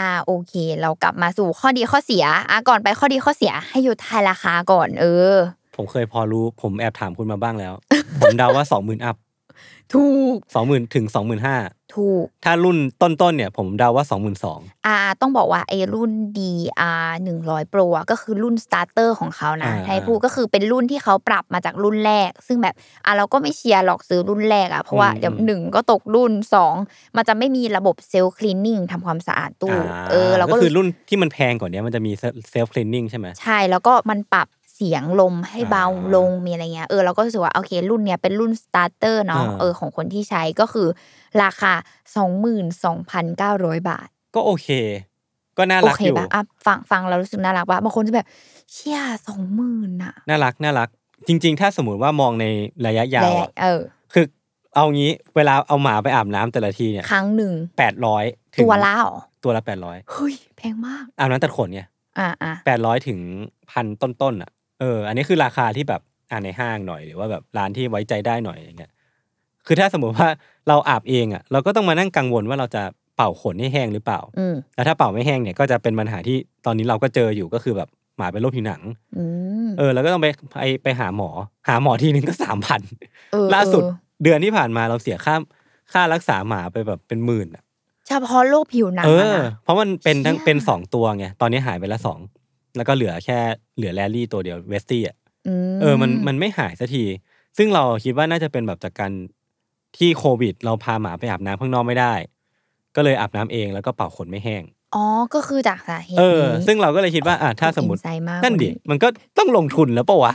Speaker 3: อ่าโอเค เรากลับมาสู่ข้อดีข้อเสียอ่ะก่อนไปข้อดีข้อเสียให้อยู่ทายราคาก่อน เออ
Speaker 4: ผมเคยพอรู้ผมแอบถามคุณมาบ้างแล้ว [laughs] ผมเดาว่าสองหมื่นอัพ
Speaker 3: ถูก
Speaker 4: สองหมื่นถึงสองหมื่นห้า
Speaker 3: ถูก
Speaker 4: ถ้ารุ่นต้นๆเนี่ย ผมเดาว่าสองหมื่นสอง
Speaker 3: อ่าต้องบอกว่าไอ้รุ่น DR 100 Pro อะก็คือรุ่นสตาร์เตอร์ของเขานะไทยพูดก็คือเป็นรุ่นที่เขาปรับมาจากรุ่นแรก ซึ่งแบบอ่ะเราก็ไม่เชียร์หรอกซื้อรุ่นแรกอ่ะเพราะว่าเดี๋ยวหนึ่งก็ตกรุ่นสองมันจะไม่มีระบบเซลล์คลีนนิ่งทำความสะอาดตู้เออเราก็
Speaker 4: คือ
Speaker 3: รู้
Speaker 4: รุ่นที่มันแพงกว่านี้มันจะมีเซลฟ์คลีนนิ่งใช่ไหม
Speaker 3: ใช่แล้วก็มันปรับเสียงลมให้
Speaker 4: อ่า
Speaker 3: เบาลงมีอะไรเงี้ยเออเราก็รู้สึกว่าโอเค รุ่นเนี้ยเป็นรุ่นสตาร์เตอร์เนาะ
Speaker 4: อ่า
Speaker 3: เออของคนที่ใช้ก็คือราคา 22,900 บาท
Speaker 4: ก็โอเค ก็น่า
Speaker 3: โอ
Speaker 4: รัก
Speaker 3: เค
Speaker 4: อยู่
Speaker 3: ปะอ่ะฟังฟังเรารู้สึกน่ารักปะบางคนจะแบบ เชี่ยสองหมื่นอะ
Speaker 4: น่ารักน่ารัก จริง ๆ ถ้าสมมติว่ามองในระยะยาว
Speaker 3: และ
Speaker 4: อะ
Speaker 3: เออ
Speaker 4: คือเอางี้เวลาเอาหมาไปอาบน้ำแต่ละทีเนี่ย
Speaker 3: ครั้งหนึ่ง
Speaker 4: แปดร้อย
Speaker 3: ตัวละเหรอ
Speaker 4: ตัวละแปดร้อย
Speaker 3: เฮ้ย แพงมาก
Speaker 4: อาบน้ำตัดขนไง
Speaker 3: อ่ะอ่ะ
Speaker 4: แปดร้อยถึงพันต้นๆอ่ะ เออ อันนี้คือราคาที่แบบอ่าในห้างหน่อยหรือว่าแบบร้านที่ไว้ใจได้หน่อยอย่างเงี้ย คือถ้าสมมติว่าเราอาบเองอ่ะ เราก็ต้องมานั่งกังวลว่าเราจะเป่าขนให้แห้งหรือเปล่า
Speaker 3: อืม
Speaker 4: แล้วถ้าเป่าไม่แห้งเนี่ยก็จะเป็นปัญหาที่ตอนนี้เราก็เจออยู่ก็คือแบบหมาเป็นโรคผิวหนัง
Speaker 3: อืม
Speaker 4: เออ แล้วก็ต้องไปไปไปหาหมอ หาหมอทีนึงก็สามพัน
Speaker 3: เออ
Speaker 4: ล่าสุด
Speaker 3: เออ
Speaker 4: เดือนที่ผ่านมาเราเสียค่าค่ารักษาหมาไปแบบเป็นหมื่นอะ
Speaker 3: เฉพาะโรคผิวหนัง
Speaker 4: เอ
Speaker 3: อะ
Speaker 4: อ
Speaker 3: นะ
Speaker 4: เพราะมันเป็นทั้ง
Speaker 3: เชี่ย
Speaker 4: เป็นสองตัวไง ตอนนี้หายไปละสอง แล้วก็เหลือแค่เหลือแรลลี่ตัวเดียวเวสตี้อ่ะ เออ มันมันไม่หายสักที ซึ่งเราคิดว่าน่าจะเป็นแบบจากการที่โควิด เราพาหมาไปอาบน้ำข้างนอกไม่ได้ ก็เลยอาบน้ำเองแล้วก็เป่าขนไม่แห้ง
Speaker 3: อ๋อก็คือจากสาเหตุ
Speaker 4: เออ
Speaker 3: นี้
Speaker 4: ซึ่งเราก็เลยคิดว่าอ่ะถ้าสมมติ
Speaker 3: อิไซาก
Speaker 4: นั่นดิ
Speaker 3: วั
Speaker 4: มันก็ต้องลงทุนแล้วปะวะ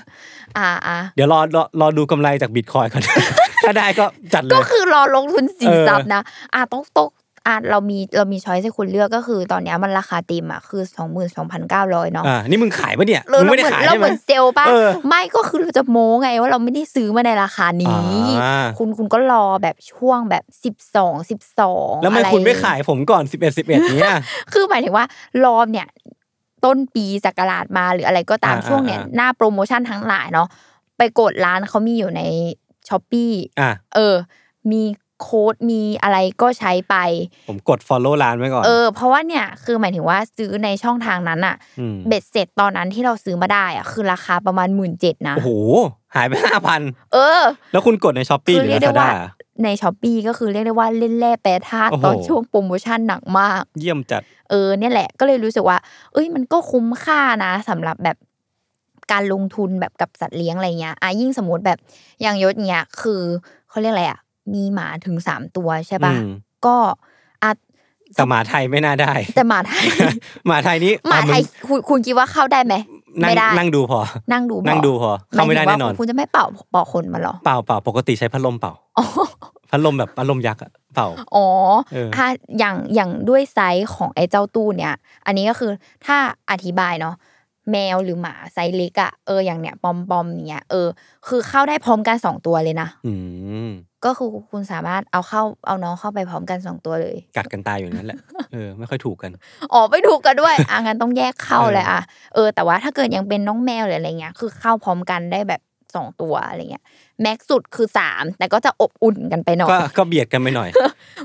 Speaker 3: อ่ะอ่ะ
Speaker 4: เดี๋ยวรอรอรอดูกำไรจากบิตคอยก่อน [laughs] ถ้าได้ก็จัดเล
Speaker 3: ก็
Speaker 4: ย
Speaker 3: คือรอลงทุนสิน
Speaker 4: เออ
Speaker 3: ทรัพย์นะอ่ะต้องตกอ่ะเรามีเรามีช้อยให้คุณเลือกก็คือ ตอนเนี้ยมันราคาติมอ่ะคือสองหมื่นสองพันเก้าร้อยเนาะ
Speaker 4: อ่า นี่มึงขายปะเนี่ย
Speaker 3: เรา
Speaker 4: มึง
Speaker 3: เราเหมือน
Speaker 4: ไม่ได้ขาย
Speaker 3: เรา
Speaker 4: ใช่
Speaker 3: เห
Speaker 4: ไหม
Speaker 3: มือนเซลล์ป่ะ
Speaker 4: เออ
Speaker 3: ไม่ก็คือเราจะโม้ไงว่าเราไม่ได้ซื้อมาในราคานี้
Speaker 4: อ่า
Speaker 3: คุณคุณก็รอแบบช่วงแบบสิบสองสิบสอง
Speaker 4: แล้วทำไมคุณไม่ขายผมก่อนสิบเอ็ดสิ
Speaker 3: [laughs]
Speaker 4: บเอ็ดเนี้ย
Speaker 3: คือหมายถึงว่ารอเนี่ย ต้นปีสักราชมาหรืออะไรก็ตาม
Speaker 4: อ่า
Speaker 3: ช่วงเนี่ย
Speaker 4: อ่า
Speaker 3: หน้าโปรโมชั่นทั้งหลายเนาะไปกดร้านเขามีอยู่ในช้อปปี้
Speaker 4: อ่ะ
Speaker 3: เออ มี โค้ดมีอะไรก็ใช้ไป
Speaker 4: ผมกด follow ร้านไว้ก่อน
Speaker 3: เออ เพราะว่าเนี่ยคือหมายถึงว่าซื้อในช่องทางนั้นอะ
Speaker 4: ม
Speaker 3: เบ็ดเสร็จตอนนั้นที่เราซื้อมาได้อะคือราคาประมาณหมื่นเจ็ดนะ
Speaker 4: โอ้โห หายไปห้าพัน
Speaker 3: เออ
Speaker 4: แล้วคุณกดในช้อปปี้
Speaker 3: คื
Speaker 4: หรือ
Speaker 3: เรีย
Speaker 4: ลาก
Speaker 3: ได้
Speaker 4: ซาด้า
Speaker 3: ว่า ในช้อปปีก็คือเรียกได้ว่าเล่นแร่แปรธาตุ
Speaker 4: โอ้โห
Speaker 3: ตอนช่วงโปรโมชั่นหนักมาก
Speaker 4: เยี่ยมจัด
Speaker 3: เออเนี่ยแหละก็เลยรู้สึกว่า เอ้ยมันก็คุ้มค่านะสำหรับแบบการลงทุนแบบกับสัตว์เลี้ยงอะไรเงี้ยอ่ะยิ่งสมมติแบบอย่างยศเนี้ยคือเขาเรียกอะไรอ่ะมีหมาถึงสามตัวใช่ป่ะ
Speaker 4: อืม
Speaker 3: ก็อ่ะ
Speaker 4: แต่หมาไทยไม่น่าได้
Speaker 3: แต่หมาไทย
Speaker 4: [laughs]
Speaker 3: [laughs]
Speaker 4: หมาไทยนี้
Speaker 3: หมาไทย
Speaker 4: อ่ะ
Speaker 3: คุณคุณคิดว่าเข้าได้ไหม
Speaker 4: งนั่ง
Speaker 3: ไม่ได้
Speaker 4: นั่งดูพอ
Speaker 3: นั่งดู
Speaker 4: นั่งดูพอเข้าไม่ได้
Speaker 3: หยถึงว่
Speaker 4: แน่นอน
Speaker 3: คุณจะไม่เป่าเป่าคนมาเหรอ [laughs]
Speaker 4: เปล่าเปล่าปกติใช้พัดลมเปล่าพัดลมแบบพัดลมยักษ์อะเปล่า
Speaker 3: อ๋อ
Speaker 4: เออ
Speaker 3: ถ้าอย่างอย่างด้วยไซส์ของไอ้เจ้าตู้เนี่ย อันนี้ก็คือถ้าอธิบายเนาะแมวหรือหมาไซส์เล็กอะเอออย่างเนี้ยปอมปอมๆเนี้ยเออ คือเข้าได้พร้อมกันสองตัวเลยนะ
Speaker 4: อืม
Speaker 3: ก็คือคุณสามารถเอาเข้าเอาน้องเข้าไปพร้อมกันสองตัวเลย
Speaker 4: กัดกันตายอยู่ [laughs] นั่นแหละเออไม่ค่อยถูกกัน
Speaker 3: อ๋อไปดูกัน
Speaker 4: [laughs]
Speaker 3: ด้วย อ่ะงั้นต้องแยกเข้า
Speaker 4: เออ
Speaker 3: เลยอ่ะเออ แต่ว่าถ้าเกิดยังเป็นน้องแมวหรืออะไรเงี้ย คือเข้าพร้อมกันได้แบบสองตัวอะไรเงี้ยแม็กซ์สุดคือสามแต่ก็จะอบอุ่นกันไปหน่อ
Speaker 4: ก็
Speaker 3: ย
Speaker 4: ก็เบียดกันไปห [laughs] น่อย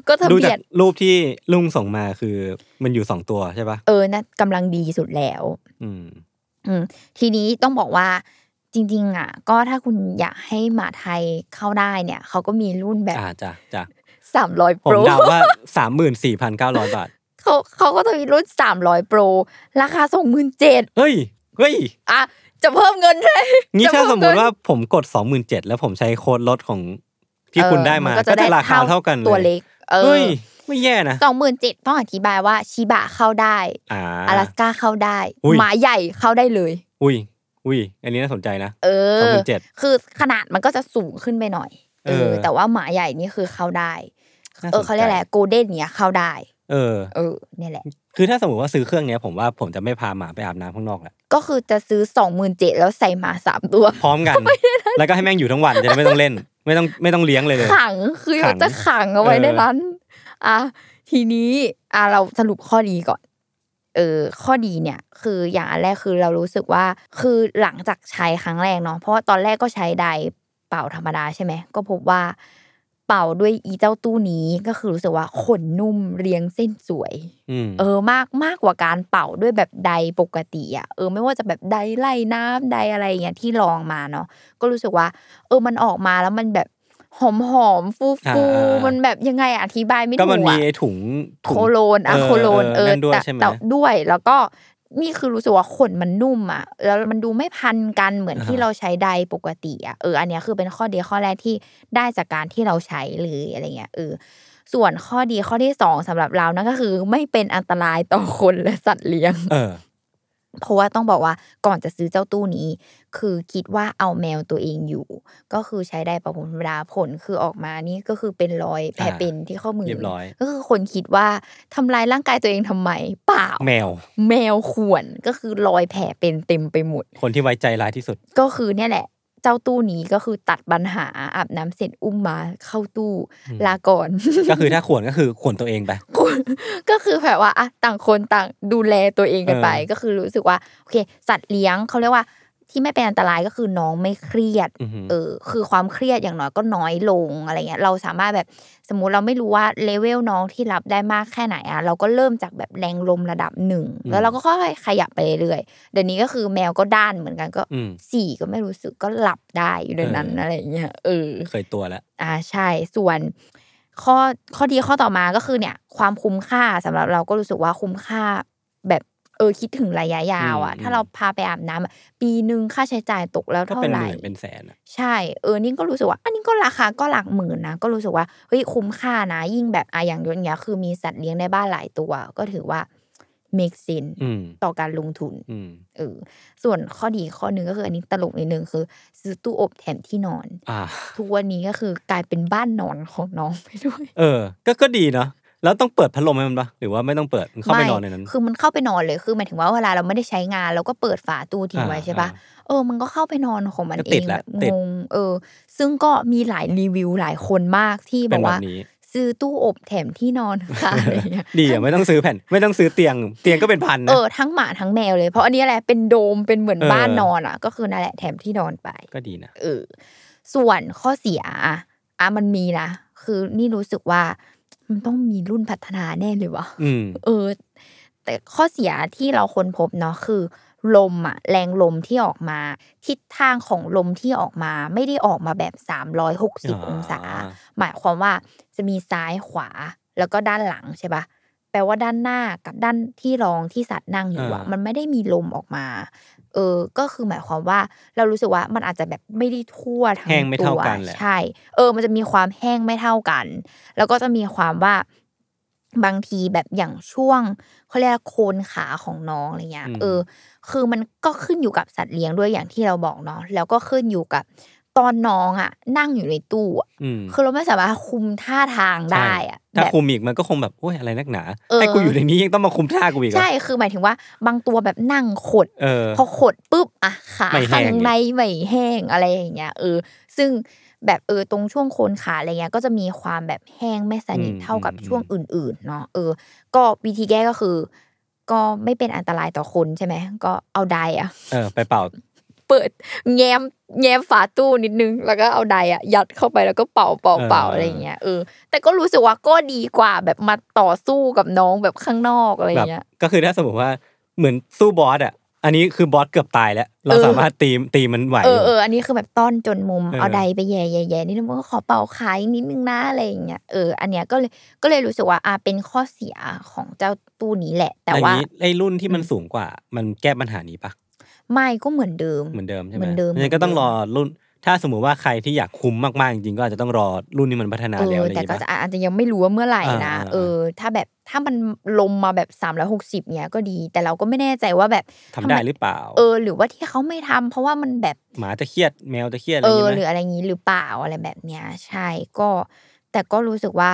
Speaker 3: ก็จะ
Speaker 4: ดู
Speaker 3: เบี
Speaker 4: จาย ก
Speaker 3: ด
Speaker 4: รูปที่ลุงส่งมาคือมันอยู่สองตัวใช่ปะ
Speaker 3: เออนะกำลังดีสุดแล้ว
Speaker 4: อืม
Speaker 3: อืมทีนี้ต้องบอกว่าจริงๆอ่ะ ก็ถ้าคุณอยากให้หมาไทยเข้าได้เนี่ย เขาก็มีรุ่นแบบ
Speaker 4: อ่าจ้ะ [laughs] จ้ะ
Speaker 3: สามร้อย
Speaker 4: ผ
Speaker 3: โปร
Speaker 4: มเดาว่าสามหมื่นสี่พันเก้าร้อยบาท
Speaker 3: เขาเขาก็จะมีรุ่นสามร้อยโปรราคาสองหมื่นเจ็ด
Speaker 4: เฮ้ยเฮ้ย
Speaker 3: อ่ะจะเพิ่มเงินใช่ไหม
Speaker 4: งี้
Speaker 3: จะ
Speaker 4: ถ้า
Speaker 3: เพิ่ม
Speaker 4: สมมติว่าผมกดสองหมื่นเจ็ดแล้วผมใช้โค้ดลดของที่
Speaker 3: เออ
Speaker 4: คุณได้มา
Speaker 3: น
Speaker 4: ก็จะราคาเท่ากัน
Speaker 3: ตัว
Speaker 4: เลย
Speaker 3: เล็ก เอ
Speaker 4: เฮ้
Speaker 3: อย
Speaker 4: ไม่แย่นะ
Speaker 3: สองหมื่นเจ็ดต้องอธิบายว่าชิบะเข้าได้
Speaker 4: อ่า
Speaker 3: อลาสก้าเข้าได้
Speaker 4: อุ้ย
Speaker 3: หมาใหญ่เข้าได้เลย
Speaker 4: อุ้ยอุ้ยอันนี้น่าสนใจนะ
Speaker 3: เอ
Speaker 4: สอง
Speaker 3: อ
Speaker 4: หมื่นเจ็ด
Speaker 3: คือขนาดมันก็จะสูงขึ้นไปหน่อยเอ
Speaker 4: เอ
Speaker 3: อ
Speaker 4: อ
Speaker 3: แต่ว่าหมาใหญ่นี่คือเข้าได้
Speaker 4: น่สนใจ
Speaker 3: เออเขาเรียกอะไรโกลเด้นเนี่ยเข้าได้
Speaker 4: เออ
Speaker 3: เออเนี่ยแหละ
Speaker 4: คือถ้าสมมติว่าซื้อเครื่องเนี้ยผมว่าผมจะไม่พาหมาไปอาบน้ำข้างนอกแหละ
Speaker 3: ก็คือจะซื้อสองหมื่นเจ็ดแล้วใส่หมาสามตัว
Speaker 4: พร้อมกัน แล้วก็ให้แม่งอยู่ทั้งวันจะได้ไม่ต้องเล่น ไม่ต้องไม่ต้องเลี้ยงเลยเลย
Speaker 3: ขังคือ
Speaker 4: ขั
Speaker 3: เขา
Speaker 4: ง
Speaker 3: จะขังเอาไว้
Speaker 4: เออ
Speaker 3: ในนั้น อ่ะทีนี้อ่ะเราสรุปข้อดีก่อน เออ ข้อดีเนี่ยคืออย่างอันแรกคือเรารู้สึกว่าคือหลังจากใช้ครั้งแรกเนาะเพราะว่าตอนแรกก็ใช้ไดร์เป่าธรรมดาใช่ไหมก็พบว่า เป่าด้วยอีเจ้าตู้นี้ก็คือรู้สึกว่าขนนุ่มเรียงเส้นสวย
Speaker 4: อืม
Speaker 3: เออมากมากกว่าการเป่าด้วยแบบใดปกติอ่ะเออไม่ว่าจะแบบใดไล่น้ำใดอะไรอย่างเงี้ยที่ลองมาเนาะก็รู้สึกว่า เออมันออกมาแล้วมันแบบหอมหอมฟูฟูๆมันแบบยังไงอธิบายไม่
Speaker 4: ก็
Speaker 3: ถูก
Speaker 4: มันมี
Speaker 3: อ่ะ
Speaker 4: ไอ้ถุงถุง
Speaker 3: โคโลนอ่ะ
Speaker 4: เออ
Speaker 3: โคโลนเออ
Speaker 4: นั่นด้วย
Speaker 3: แต่
Speaker 4: ใช่ไหม
Speaker 3: แต่ด้วยแล้วก็นี่คือรู้สึกว่าขนมันนุ่มอ่ะแล้วมันดูไม่พันกันเหมือนที่เราใช้ใดปกติอ่ะเอออันเนี้ยคือเป็นข้อดีข้อแรกที่ได้จากการที่เราใช้เลยอะไรเงี้ยเออ ส่วนข้อดีข้อที่สองสำหรับเรานั่นก็คือไม่เป็นอันตรายต่อคนและสัตว์เลี้ยง
Speaker 4: เออ
Speaker 3: เพราะว่าต้องบอกว่าก่อนจะซื้อเจ้าตู้นี้ คือคิดว่าเอาแมวตัวเองอยู่ ก็คือใช้ได้ประพรมธรรมดาผลคือออกมานี่ก็คือเป็นรอยแผล
Speaker 4: อ่า
Speaker 3: เป็นที่ข้อมือ
Speaker 4: เรียบร้อย
Speaker 3: ก็คือคนคิดว่าทำลายร่างกายตัวเองทำไมเปล่า
Speaker 4: แมว
Speaker 3: แมวข่วนก็คือรอยแผลเป็นเต็มไปหมด
Speaker 4: คนที่ไว้ใจร้ายที่สุด
Speaker 3: ก็คือเนี่ยแหละ เจ้าตู้นี้ก็คือตัดปัญหาอาบน้ำเสร็จอุ้มมาเข้าตู้
Speaker 4: อืม
Speaker 3: ลาก่อน
Speaker 4: ก็คือถ้าขวนก็คือขวนตัวเองไป
Speaker 3: [laughs] ก็คือแบบว่าอ่ะต่างคนต่างดูแลตัวเองกันไป
Speaker 4: เออ
Speaker 3: ก็คือรู้สึกว่าโอเค สัตว์เลี้ยงเขาเรียกว่าที่ไม่เป็นอันตรายก็คือน้องไม่เครียด
Speaker 4: อือหือ
Speaker 3: เออ คือความเครียดอย่างน้อยก็น้อยลงอะไรเงี้ยเราสามารถแบบสมมุติเราไม่รู้ว่าเลเวลน้องที่รับได้มากแค่ไหนอ่ะเราก็เริ่มจากแบบแรงลมระดับหนึ่ง
Speaker 4: อืม
Speaker 3: แล้วเราก็ค่อยๆขยับไปเรื่อยๆเดี๋ยวนี้ก็คือแมวก็ด้านเหมือนกันก็
Speaker 4: อืม
Speaker 3: สี่ก็ไม่รู้สึกก็หลับได้อยู่ในนั้น
Speaker 4: เอออ
Speaker 3: อะไรเงี้ยเออ
Speaker 4: เคยตัวแล้ว
Speaker 3: อ่าใช่ส่วนข้อข้อดีข้อต่อมาก็คือเนี่ย ความคุ้มค่าสำหรับเราก็รู้สึกว่าคุ้มค่าแบบเออคิดถึงระยะยาวอ่ะ
Speaker 4: อืม
Speaker 3: ถ้าเราพาไปอาบน้ำอะปีหนึ่งค่าใช้จ่ายตกแล้ว
Speaker 4: ก็
Speaker 3: เท่า
Speaker 4: เป็น
Speaker 3: ไห
Speaker 4: ห
Speaker 3: ร่
Speaker 4: มื่นเป็นแสนอะ
Speaker 3: ใช่เออนี่ก็รู้สึกว่า อันนี้ก็ราคาก็หลักหมื่นนะก็รู้สึกว่าเฮ้ยคุ้มค่านะยิ่งแบบอะอย่างยศเนี้ยคือมีสัตว์เลี้ยงในบ้านหลายตัว ก็ถือว่า make sense
Speaker 4: อืม
Speaker 3: ต่อการลงทุน
Speaker 4: อืม
Speaker 3: เออส่วนข้อดีข้อหนึ่งก็คืออันนี้ตลกนิดนึงคือ ซื้อตู้อบแถมที่นอน
Speaker 4: อ่า
Speaker 3: ทุกวันนี้ก็คือกลายเป็นบ้านนอนของน้องไปด้วย
Speaker 4: เออ ก็ก็ดีเนาะแล้วต้องเปิดพัดลมให้มันปะหรือว่าไม่ต้องเปิดมันเข้าไปนอนในนั้น
Speaker 3: คือมันเข้าไปนอนเลยคือหมายถึงว่าเวลาเราไม่ได้ใช้งานเราก็เปิดฝาตู้ทิ้ง
Speaker 4: อ่า
Speaker 3: ไว้ใช่ปะเออ มันก็เข้าไปนอนของมัน
Speaker 4: ก็
Speaker 3: เอ
Speaker 4: ติด
Speaker 3: ง
Speaker 4: ละ
Speaker 3: แบบ
Speaker 4: ติ
Speaker 3: ง
Speaker 4: ด
Speaker 3: งเออ ซึ่งก็มีหลายรีวิวหลายคนมากที่บ
Speaker 4: เป็
Speaker 3: อนก
Speaker 4: แบ
Speaker 3: ว่า
Speaker 4: บนี้
Speaker 3: ซื้อตู้อบแถมที่นอนค่ะอะไรเงี้ย
Speaker 4: ดีอะไม่ต้องซื้อแผ่น ไม่ต้องซื้อเตียง เตียงก็เป็นพัน
Speaker 3: เอ
Speaker 4: นะ
Speaker 3: อทั้งหมาทั้งแมวเลยเพราะอันนี้แหละเป็นโดมเป็นเหมือน
Speaker 4: เออ
Speaker 3: บ้านนอนอ่ะ ก็คือนั่นแหละแถมที่นอนไป
Speaker 4: ก็ดีนะ
Speaker 3: เออส่วนข้อเสียอะอ่ะมันมีนะ คือนี่รู้สึกว่ามันต้องมีรุ่นพัฒนาแน่เลยวะ
Speaker 4: อืม
Speaker 3: เออ แต่ข้อเสียที่เราค้นพบเนาะคือ ลมอะแรงลมที่ออกมา ทิศทางของลมที่ออกมา ไม่ได้ออกมาแบบ 360 องศา หมายความว่าจะมีซ้ายขวาแล้วก็ด้านหลังใช่ปะแปลว่าด้านหน้ากับด้านที่รองที่สัตว์นั่งอยู่อะ
Speaker 4: อ่ามั
Speaker 3: มันไม่ได้มีลมออกมา เออ ก็คือหมายความว่าเรารู้สึกว่ามันอาจจะแบบไม่ได้ทั่วทั้ง
Speaker 4: แห้งไม่
Speaker 3: ตั
Speaker 4: เท่าว กันแหละ
Speaker 3: ใช่ เออ มันจะมีความแห้งไม่เท่ากัน แล้วก็จะมีความว่าบางทีแบบอย่างช่วงเขาเรียกโคนขาของน้องอะไรเงี้ย
Speaker 4: อืม
Speaker 3: เออ คือมันก็ขึ้นอยู่กับสัตว์เลี้ยงด้วยอย่างที่เราบอกเนาะแล้วก็ขึ้นอยู่กับตอนน้องอะนั่งอยู่ในตู้อะ
Speaker 4: อืม
Speaker 3: คือเราไม่สามารถคุมท่าทางได้อะ
Speaker 4: ถ้า
Speaker 3: แบบ
Speaker 4: คุมอีกมันก็คงแบบโอ้ยอะไรนักหนา
Speaker 3: เออ
Speaker 4: ให้กูอยู่ในนี้ยังต้องมาคุมท่ากูอีกเหรอ
Speaker 3: ใช่คือหมายถึงว่าบางตัวแบบนั่งขด
Speaker 4: เออ
Speaker 3: พอขดปุ๊บอะขา
Speaker 4: ไม่แห้
Speaker 3: ข้าง งในไม่แห้งอะไรอย่างเงี้ยเออ ซึ่งแบบเออตรงช่วงโคนขาอะไรเงี้ยก็จะมีความแบบแห้งไม่สนิทเท่ากับช่วงอื่น ๆ เนาะเออ ก็วิธีแก้ก็คือ ก็ไม่เป็นอันตรายต่อคนใช่ไหมก็เอาไดร์อะ
Speaker 4: เออไปเป่า
Speaker 3: เปิดแง้มแง้มฝาตู้นิดนึง แล้วก็เอาไดร์อะยัดเข้าไปแล้วก็เป่าเป่าเป่า
Speaker 4: เอออ
Speaker 3: อะไรอย่างเงี้ยเออแต่ก็รู้สึกว่าก็ดีกว่าแบบมาต่อสู้กับน้องแบบข้างนอกอะไรอ
Speaker 4: แบ
Speaker 3: ย่า
Speaker 4: บ
Speaker 3: งเงี้ย
Speaker 4: ก็คือถ้าสมมติว่าเหมือนสู้บอสอ่ะ อันนี้คือบอสเกือบตายแล้ว เรา
Speaker 3: เออ
Speaker 4: สามารถตีมตีมันไหว
Speaker 3: เออ
Speaker 4: อ
Speaker 3: ยู่ เอออันนี้คือแบบต้อนจนมุม
Speaker 4: เออ
Speaker 3: เอาใดไปแย่แย่แย่นิดนึงว่าขอเป่าขายนิดนึงนะอะไรอย่างเงี้ยเอออันเนี้ยก็เลยก็เลยรู้สึกว่าอ่าเป็นข้อเสียของเจ้าตู้นี้แหละ แต่
Speaker 4: อย่
Speaker 3: ว่าง
Speaker 4: นี้ไอ้รุ่นที่มันสูงกว่า มันแก้ปัญหานี้ปะ
Speaker 3: ไม่ก็เหมือนเดิม
Speaker 4: เหมือนเดิมใช่ไหม
Speaker 3: เหมือนเดิม
Speaker 4: งั้นก็ต้อง
Speaker 3: เหมื
Speaker 4: ร
Speaker 3: อ
Speaker 4: อน
Speaker 3: เดิม
Speaker 4: รุ่น ถ้าสมมุติว่าใครที่อยากคุมมากๆจริงๆก็อาจจะต้องรอรุ่นนี้มันพัฒนา
Speaker 3: เอ
Speaker 4: แล้ว
Speaker 3: อ
Speaker 4: อะไรอ
Speaker 3: แต่
Speaker 4: ย่าง
Speaker 3: ก็
Speaker 4: งี้
Speaker 3: จะ
Speaker 4: ปะ
Speaker 3: อาอาจจะยังไม่รู้ว่าเมื่อไหร่นะ
Speaker 4: อ่าอ่าอ่า
Speaker 3: เออ ถ้าแบบถ้ามันลมมาแบบ 360เนี้ยก็ดี แต่เราก็ไม่แน่ใจว่าแบบ
Speaker 4: ทำได้หรือเปล่า
Speaker 3: เออ หรือว่าที่เขาไม่ทำเพราะว่ามันแบบ
Speaker 4: หมาจะเครียดแมวจะเครียดอะไร
Speaker 3: เอ
Speaker 4: อย่า
Speaker 3: อ
Speaker 4: ง
Speaker 3: ห
Speaker 4: งี้ไห
Speaker 3: รื
Speaker 4: ม
Speaker 3: ออะไรอย่างนี้หรือเปล่าอะไรแบบเนี้ยใช่ก็ แต่ก็รู้สึกว่า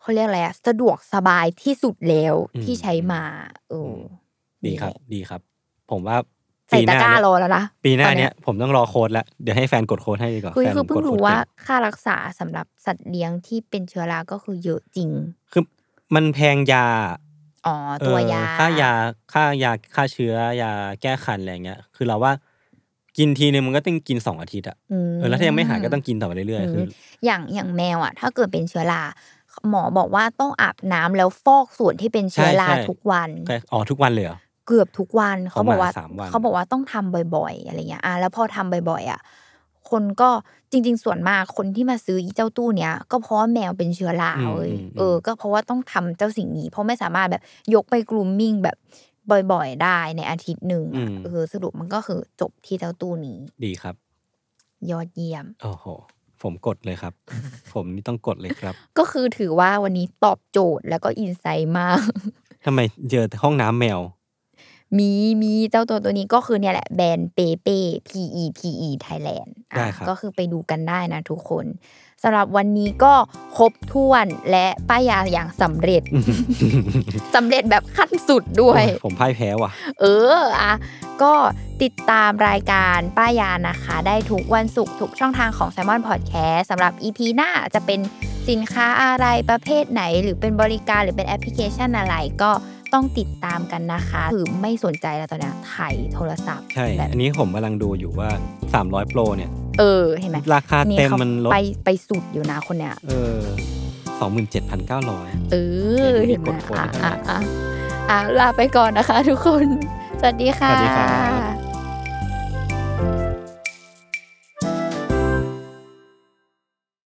Speaker 3: เขาเรียกอะไรอะสะดวกสบายที่สุดแล้ว
Speaker 4: อืม
Speaker 3: ที่ใช้มาเอออ
Speaker 4: ม ดีครับ ดีครับ ผมว่า
Speaker 3: ใส่
Speaker 4: ปีห
Speaker 3: ตะ
Speaker 4: น้าก
Speaker 3: ร้า
Speaker 4: เนี่ย
Speaker 3: รอแล้วนะ
Speaker 4: ปีหน้าเนี้ย
Speaker 3: ตอ
Speaker 4: ผมต้องรอโค้ดละเดี๋ยวให้แฟนกดโค้ดให้ดีกว่า
Speaker 3: คือ
Speaker 4: แฟน
Speaker 3: คือ
Speaker 4: ผม
Speaker 3: เพิ่
Speaker 4: ก
Speaker 3: ง
Speaker 4: ด
Speaker 3: รู้
Speaker 4: โค้ด
Speaker 3: ว่า
Speaker 4: เก่ง
Speaker 3: ค่ารักษาสำหรับสัตว์เลี้ยงที่เป็นเชื้อราก็คือเยอะจริง
Speaker 4: คือมันแพงยา
Speaker 3: อ๋อ ตัว
Speaker 4: เอ่อย
Speaker 3: า
Speaker 4: ค่ายาค่ายาค่าเชื้อยาแก้คันอะไรเงี้ย คือเราว่ากินทีนึงมันก็ต้องกินสองอาทิตย์อะ
Speaker 3: อืม
Speaker 4: เออแล้วถ้ายังไม่หายก็ต้องกินต่อไปเรื่อยๆคือ
Speaker 3: อย่างอย่างแมวอ่ะ ถ้าเกิดเป็นเชื้อราหมอบอกว่าต้องอาบน้ำแล้วฟอกส่วนที่เป็นเชื้อรา
Speaker 4: ใช่ใช่
Speaker 3: ทุกวัน
Speaker 4: แค่อ๋อทุกวันเลยเหรอ
Speaker 3: เกือบทุกวัน
Speaker 4: เขา
Speaker 3: เขาบอกว่า
Speaker 4: มาสามวัน
Speaker 3: เขาบอกว่าต้องทำบ่อยๆอะไรเงี้ยอ่ะแล้วพอทำบ่อยๆอ่ะคนก็จริง ๆ ส่วนมากคนที่มาซื้ออีเจ้าตู้เนี้ยก็เพราะว่าแมวเป็นเชื้อรา
Speaker 4: อืม
Speaker 3: เว้ย
Speaker 4: อืมอืม
Speaker 3: เออ ก็เพราะว่าต้องทำเจ้าสิ่งนี้ เพราะไม่สามารถแบบยกไปกรูมมิ่งแบบบ่อยๆ ได้ในอาทิตย์หนึ่งอ่ะเออสรุปมันก็คือจบที่เจ้าตู้นี้
Speaker 4: ดีครับ
Speaker 3: ยอดเยี่ยม
Speaker 4: โอ้โหผมกดเลยครับ [laughs] ผมนี่ต้องกดเลยครับ
Speaker 3: ก็คือถือว่าวันนี้ตอบโจทย์แล้วก็อินไซต์มาก
Speaker 4: ทำไมเจอแต่ห้องน้ำแมว
Speaker 3: มีมีเจ้าตัวตัวนี้ก็คือเนี่ยแหละแบรนด์เปเป้ PE PE Thailand อ่ะ
Speaker 4: ได้ครับ
Speaker 3: ก็คือไปดูกันได้นะทุกคนสำหรับวันนี้ก็ครบถ้วนและป้ายยาอย่างสำเร็จ
Speaker 4: [laughs]
Speaker 3: สำเร็จแบบขั้นสุดด้วย
Speaker 4: โอ้ผมพ่ายแพ้ว่ะ
Speaker 3: เอออ่ะก็ติดตามรายการป้ายานะคะ ได้ทุกวันศุกร์ทุกช่องทางของ s ซ m o n Podcast สำหรับ EP หน้าจะเป็นสินค้าอะไรประเภทไหน หรือเป็นบริการหรือเป็นแอปพลิเคชันอะไรก็ต้องติดตามกันนะคะ คือไม่สนใจแล้วตอนเนี้ยไถ่ายโทรศัพท์
Speaker 4: ใช่
Speaker 3: แบบ
Speaker 4: อันนี้ผมกำลังดูอยู่ว่า 300 โปรเนี่ย
Speaker 3: เออ เห็นไหม
Speaker 4: ราคาเต็มมันลด
Speaker 3: ไปไปสุดอยู่นะคนเนี้ย
Speaker 4: เออสองหมื่นเจ็ดพันเก้าร้อย
Speaker 3: เออ
Speaker 4: เห็
Speaker 3: เห็น
Speaker 4: น
Speaker 3: ไห
Speaker 4: มี
Speaker 3: ม
Speaker 4: กดโค้ด
Speaker 3: อ่ะ
Speaker 4: ให้ด้วย
Speaker 3: อ่ะอ่ะอ่ะลาไปก่อนนะคะทุกคน สวัสดีค่ะ
Speaker 4: สวัสดีครับ